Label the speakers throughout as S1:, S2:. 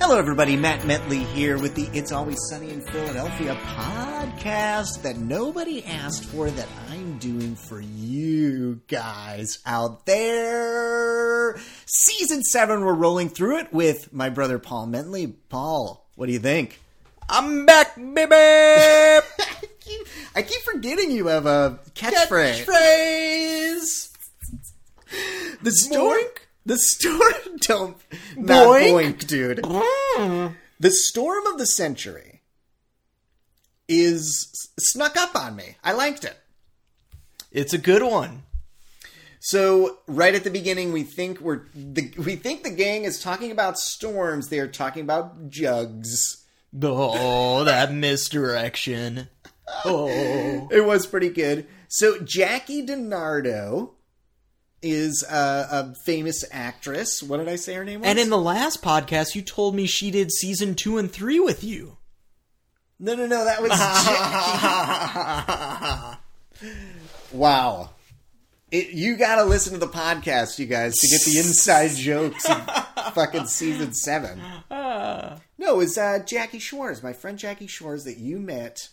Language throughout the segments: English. S1: Hello, everybody. Matt Metley here with the It's Always Sunny in Philadelphia podcast that nobody asked for that I'm doing for you guys out there. Season seven, we're rolling through it with my brother Paul Metley. Paul, what do you think?
S2: I'm back, baby.
S1: I keep, I keep forgetting you have a catchphrase.
S2: Catchphrase.
S1: The story.
S2: Boink.
S1: The story. Don't. Not
S2: Boink.
S1: boink, dude.
S2: Mm.
S1: The storm of the century is snuck up on me. I liked it.
S2: It's a good one.
S1: So right at the beginning, we think we're the, we think the gang is talking about storms. They are talking about jugs.
S2: Oh, that misdirection. Oh,
S1: It was pretty good. So Jackie DiNardo is a, a famous actress. What did I say her name was?
S2: and in the last podcast, you told me she did season two and three with you.
S1: no, no, no, that was Jackie. wow. It, you got to listen to the podcast, you guys, to get the inside jokes of fucking season seven. No, it was uh, Jackie Shores, my friend Jackie Shores that you met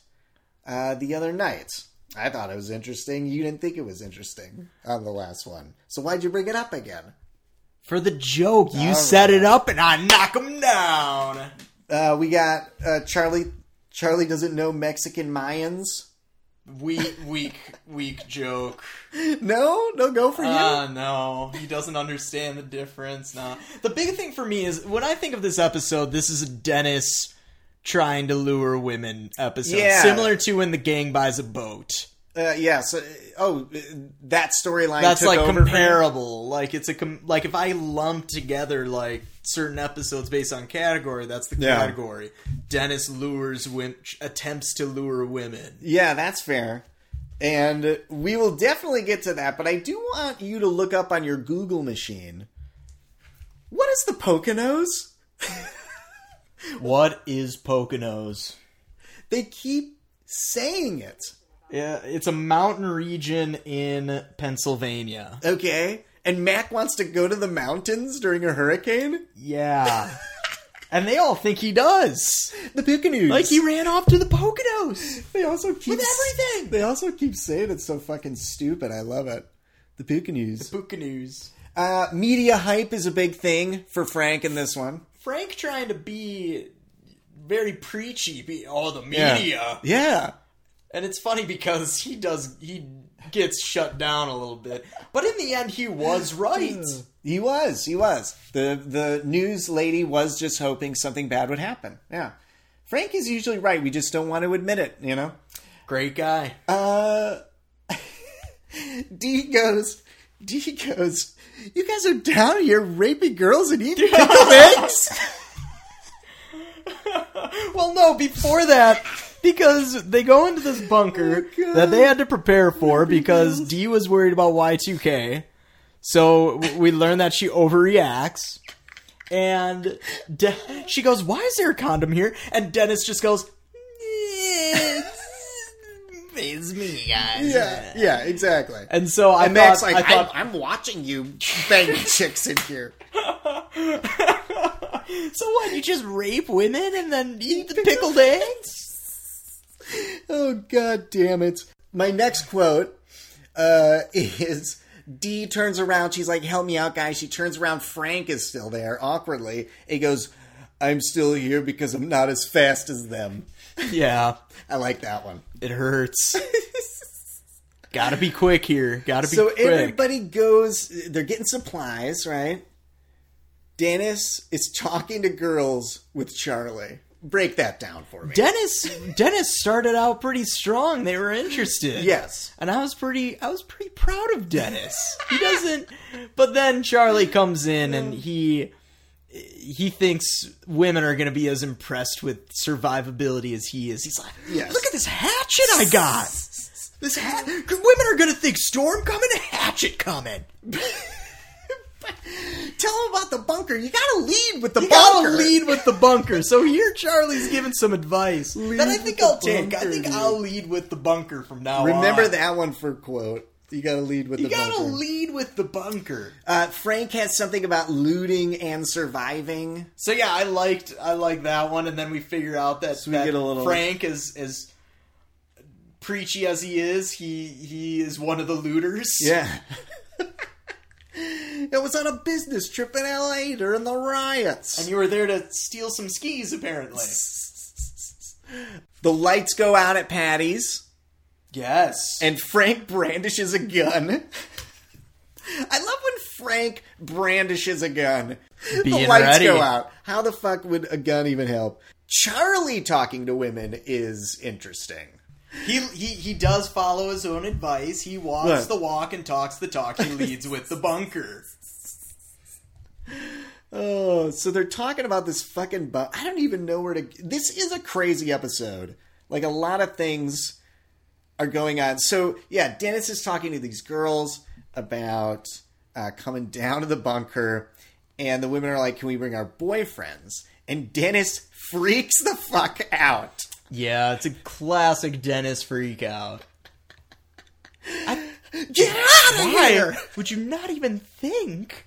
S1: uh, the other night. I thought it was interesting. You didn't think it was interesting on the last one. So why'd you bring it up again?
S2: For the joke, you set it up, and I knock him down.
S1: Uh, we got uh, Charlie. Charlie doesn't know Mexican Mayans.
S2: Weak, weak, weak joke.
S1: No, no go for you.
S2: Ah, no, he doesn't understand the difference. Nah. The big thing for me is when I think of this episode, this is a Dennis trying to lure women episode,
S1: Yeah.
S2: similar to when the gang buys a boat.
S1: Uh, yeah. So, oh, uh, that storyline.
S2: That's
S1: took
S2: like
S1: over for me.
S2: comparable. Like it's a com- like if I lump together like certain episodes based on category, that's the
S1: Yeah.
S2: category. Dennis lures women, attempts to lure women.
S1: Yeah, that's fair. And we will definitely get to that, but I do want you to look up on your Google machine. What is the Poconos?
S2: What is Poconos?
S1: They keep saying it.
S2: Yeah, it's a mountain region in Pennsylvania.
S1: Okay? And Mac wants to go to the mountains during a hurricane?
S2: Yeah. and they all think he does.
S1: The Poconos.
S2: Like he ran off to the Poconos.
S1: they also keep
S2: With everything!
S1: They also keep saying it's so fucking stupid. I love it. The Poconos.
S2: Poconos.
S1: Uh, media hype is a big thing for Frank in this one.
S2: Frank trying to be very preachy, be all the
S1: Yeah.
S2: media.
S1: Yeah.
S2: And it's funny because he does he gets shut down a little bit. But in the end he was right.
S1: He was. He was. The the news lady was just hoping something bad would happen. Yeah. Frank is usually right. We just don't want to admit it, you know?
S2: Great guy.
S1: Uh D goes D goes, You guys are down here raping girls and eating pickled eggs?
S2: Well, no, before that, because they go into this bunker
S1: Oh, God.
S2: that they had to prepare for because Dee was worried about Y2K. So w- we learn that she overreacts. And De- she goes, Why is there a condom here? And Dennis just goes, It's, it's me, guys.
S1: Yeah, yeah, exactly.
S2: And so I
S1: And Mac's
S2: thought,
S1: like,
S2: I thought
S1: I'm, I'm watching you bang chicks in here.
S2: so what? You just rape women and then eat the pickled eggs?
S1: Oh god damn it. My next quote uh is Dee turns around, she's like, Help me out, guys. She turns around, Frank is still there, awkwardly. It goes, I'm still here because I'm not as fast as them.
S2: Yeah,
S1: I like that one.
S2: it hurts. Gotta be quick here. Gotta be
S1: So
S2: quick.
S1: everybody goes they're getting supplies, right? Dennis is talking to girls with Charlie. Break that down for me.
S2: Dennis Dennis started out pretty strong. They were interested.
S1: Yes.
S2: And I was pretty I was pretty proud of Dennis. He doesn't but then Charlie comes in and he he thinks women are going to be as impressed with survivability as he is. He's like,
S1: Yes.
S2: "Look at this hatchet I got." This hat, women are gonna think storm coming, hatchet coming.
S1: Tell them about the bunker. You gotta lead with the
S2: You
S1: bunker.
S2: gotta lead with the bunker. So here, Charlie's giving some advice that I
S1: with
S2: think
S1: the
S2: I'll take. I
S1: bunker,
S2: think
S1: dude.
S2: I'll lead with the bunker from now on.
S1: Remember that one for quote. You gotta lead with
S2: You
S1: the
S2: gotta
S1: bunker.
S2: lead with the bunker.
S1: uh, Frank has something about looting and surviving.
S2: So yeah, I liked I like that one, and then we figure out that,
S1: we
S2: that
S1: get a little-
S2: Frank is is preachy as he is. He he is one of the looters.
S1: Yeah. it was on a business trip in LA during the riots.
S2: and you were there to steal some skis, apparently.
S1: the lights go out at Patty's,
S2: Yes,
S1: and Frank brandishes a gun. I love when Frank brandishes a gun. the
S2: Being
S1: lights
S2: ready.
S1: go out. How the fuck would a gun even help? Charlie talking to women is interesting.
S2: he he he does follow his own advice. He walks
S1: Look.
S2: the walk and talks the talk. He leads with the bunker.
S1: Oh, so they're talking about this fucking bu- I don't even know where to. This is a crazy episode. Like a lot of things are going on. So yeah, Dennis is talking to these girls about uh, coming down to the bunker, and the women are like, "Can we bring our boyfriends?" And Dennis freaks the fuck out.
S2: Yeah, it's a classic Dennis freak out.
S1: Get out of here!
S2: would you not even think?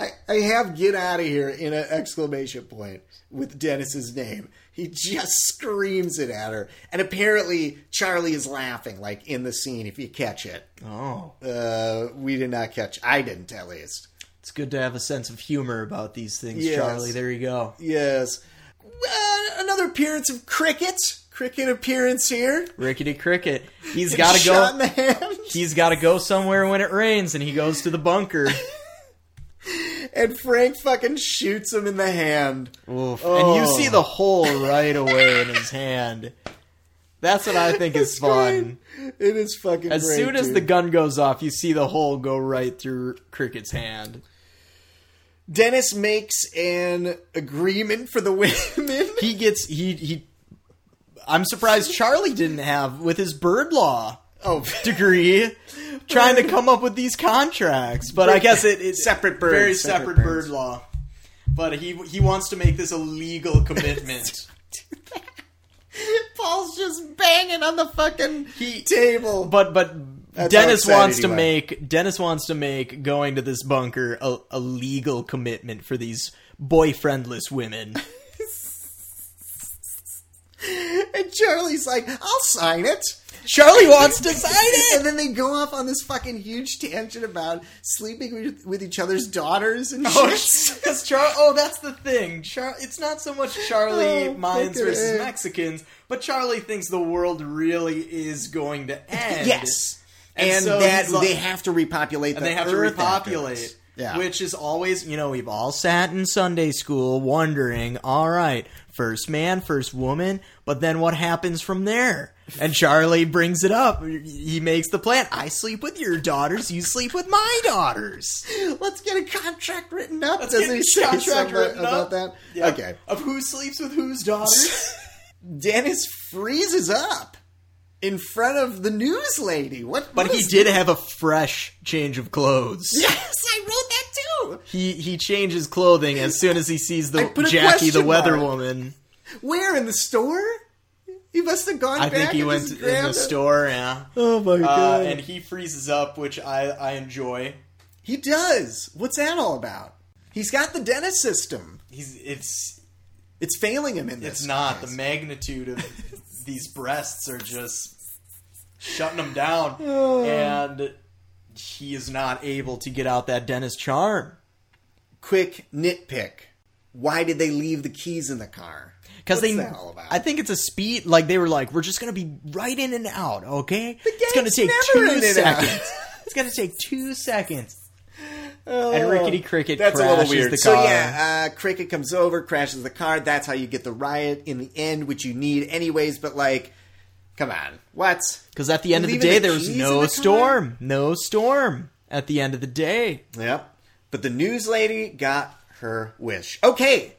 S1: I, I have get out of here in an exclamation point with Dennis's name. He just screams it at her. And apparently, Charlie is laughing, like in the scene, if you catch it.
S2: Oh,
S1: Uh, we did not catch I didn't, at least.
S2: it's good to have a sense of humor about these things,
S1: Yes.
S2: Charlie. There you go.
S1: Yes. Uh, another appearance of Cricket. Cricket appearance here.
S2: Rickety cricket. He's got to
S1: Shot in
S2: go.
S1: the hand.
S2: He's got to go somewhere when it rains, and he goes to the bunker.
S1: And Frank fucking shoots him in the hand.
S2: Oof.
S1: Oh.
S2: And you see the hole right away in his hand. That's what I think is
S1: It's
S2: fun.
S1: great. It is fucking
S2: As
S1: great,
S2: soon as
S1: dude.
S2: the gun goes off, you see the hole go right through Cricket's hand.
S1: Dennis makes an agreement for the women.
S2: He gets he he. I'm surprised Charlie didn't have with his bird law
S1: Oh,
S2: degree, trying to come up with these contracts. But I guess it, it
S1: Separate birds,
S2: very
S1: separate
S2: separate,
S1: birds.
S2: bird law. But he he wants to make this a legal commitment.
S1: Paul's just banging on the fucking
S2: He-
S1: table.
S2: but but
S1: That's
S2: Dennis
S1: how excited
S2: wants
S1: he
S2: to
S1: was.
S2: make Dennis wants to make going to this bunker a, a legal commitment for these boyfriendless women.
S1: and Charlie's like, "I'll sign it."
S2: Charlie wants to sign it.
S1: And then they go off on this fucking huge tangent about sleeping with, with each other's daughters and Oh, shit.
S2: Because Char- oh, that's the thing. Char- it's not so much Charlie
S1: Oh,
S2: Mayans
S1: fucking
S2: versus
S1: A.
S2: Mexicans, but Charlie thinks the world really is going to end.
S1: Yes, and,
S2: And so
S1: that
S2: he's like-
S1: they have to repopulate.
S2: and they have to repopulate.
S1: Yeah.
S2: Which is always, you know, we've all sat in Sunday school wondering, all right, first man, first woman, but then what happens from there? And Charlie brings it up. He makes the plan. I sleep with your daughters, you sleep with my daughters.
S1: Let's get a contract written up.
S2: Let's
S1: Doesn't
S2: get
S1: he
S2: a
S1: say
S2: contract
S1: something
S2: written
S1: about
S2: up.
S1: that?
S2: Yeah.
S1: Okay.
S2: Of who sleeps with whose daughters?
S1: Dennis freezes up in front of the news lady. What?
S2: but
S1: what
S2: he
S1: is-
S2: did have a fresh change of clothes.
S1: Yes, I wrote that
S2: He he changes clothing as soon as he sees the
S1: put a
S2: Jackie the
S1: question
S2: weather
S1: mark.
S2: woman.
S1: too. Where in the store? He must have gone.
S2: I
S1: back
S2: think he
S1: and
S2: went
S1: just
S2: in
S1: grabbed
S2: the
S1: it.
S2: store, yeah.
S1: Oh my
S2: Uh,
S1: god!
S2: and he freezes up, which I, I enjoy.
S1: he does. What's that all about? He's got the Dennis system.
S2: He's it's
S1: It's failing him in this.
S2: it's not the magnitude of these breasts are just shutting him down, and he is not able to get out that dentist charm
S1: Quick nitpick. Why did they leave the keys in the car?
S2: because they.
S1: What's that all about?
S2: I think it's a speed. Like they were like, we're just gonna be right in and out, okay? It's gonna
S1: game's
S2: take
S1: never in
S2: two
S1: and out.
S2: seconds. it's gonna take two seconds.
S1: Oh.
S2: And Rickety Cricket
S1: That's a
S2: crashes
S1: little weird.
S2: the
S1: So
S2: car.
S1: yeah, uh, Cricket comes over, crashes the car. That's how you get the riot in the end, which you need anyways. But like, come on, what?
S2: Because at the end of the
S1: Leaving
S2: day,
S1: the
S2: there was
S1: keys in
S2: no
S1: the car?
S2: storm. No storm at the end of the day.
S1: Yep. But the news lady got her wish. Okay.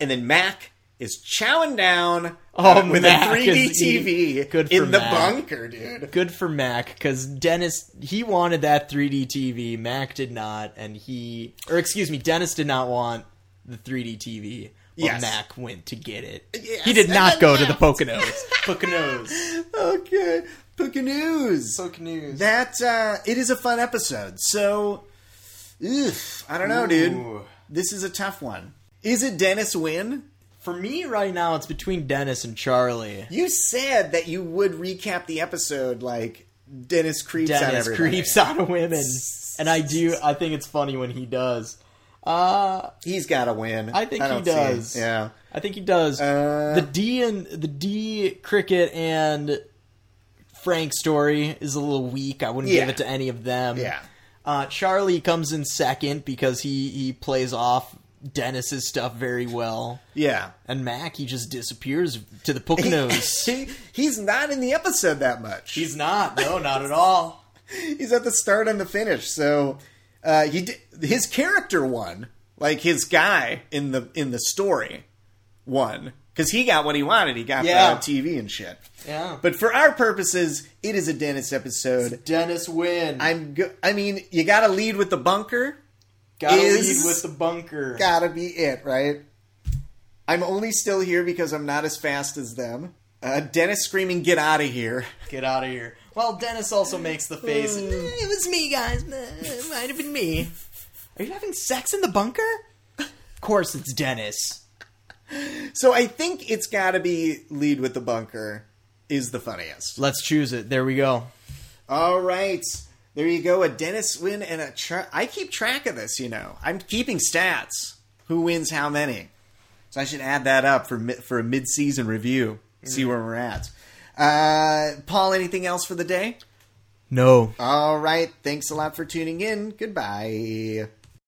S1: And then Mac is chowing down
S2: Oh,
S1: uh, with
S2: Mac
S1: a 3D
S2: is eating-
S1: TV
S2: Good for
S1: in the
S2: Mac.
S1: bunker, dude.
S2: Good for Mac because Dennis he wanted that 3D TV. Mac did not, and he or excuse me, Dennis did not want the 3D TV. Well,
S1: Yes.
S2: Mac went to get it.
S1: Yes,
S2: He did
S1: and
S2: not
S1: then
S2: go to the
S1: left.
S2: Poconos. Poconos.
S1: Okay. Puka News.
S2: Soak news.
S1: That uh, it is a fun episode. So, oof, I don't know, dude.
S2: Ooh.
S1: This is a tough one. Is it Dennis Wynn?
S2: For me right now, it's between Dennis and Charlie.
S1: You said that you would recap the episode like Dennis creeps on
S2: Dennis
S1: everybody.
S2: creeps out of women, and I do. I think it's funny when he does. Uh,
S1: He's got to win.
S2: I think he
S1: don't see it.
S2: does.
S1: Yeah.
S2: I think he does.
S1: Uh,
S2: the D and the D cricket and Frank story is a little weak. I wouldn't give
S1: Yeah.
S2: it to any of them.
S1: Yeah.
S2: Uh, Charlie comes in second because he he plays off Dennis's stuff very well,
S1: Yeah.
S2: and Mac he just disappears to the book nose.
S1: He, he's not in the episode that much.
S2: He's not. No, not at all.
S1: he's at the start and the finish. So uh, he di his character won, like his guy in the in the story won because he got what he wanted. He got
S2: Yeah.
S1: the TV and shit.
S2: Yeah.
S1: But for our purposes, it is a Dennis episode.
S2: Dennis win.
S1: I'm. Go- I mean, you got to lead with the bunker.
S2: Gotta
S1: is-
S2: lead with the bunker.
S1: Gotta be it, right? I'm only still here because I'm not as fast as them. Uh, Dennis screaming, "Get out of here!"
S2: Get out of here. Well, Dennis also makes the face. "Eh, It was me, guys. Eh, It might have been me. Are you having sex in the bunker? Of course, it's Dennis.
S1: So I think it's got to be lead with the bunker is the funniest.
S2: Let's choose it. There we go.
S1: All right. There you go. A Dennis win and a. Tra- I keep track of this, you know. I'm keeping stats. Who wins how many? So I should add that up for mi- for a mid season review. See where we're at. Uh, Paul, anything else for the day?
S2: No.
S1: All right. Thanks a lot for tuning in. Goodbye.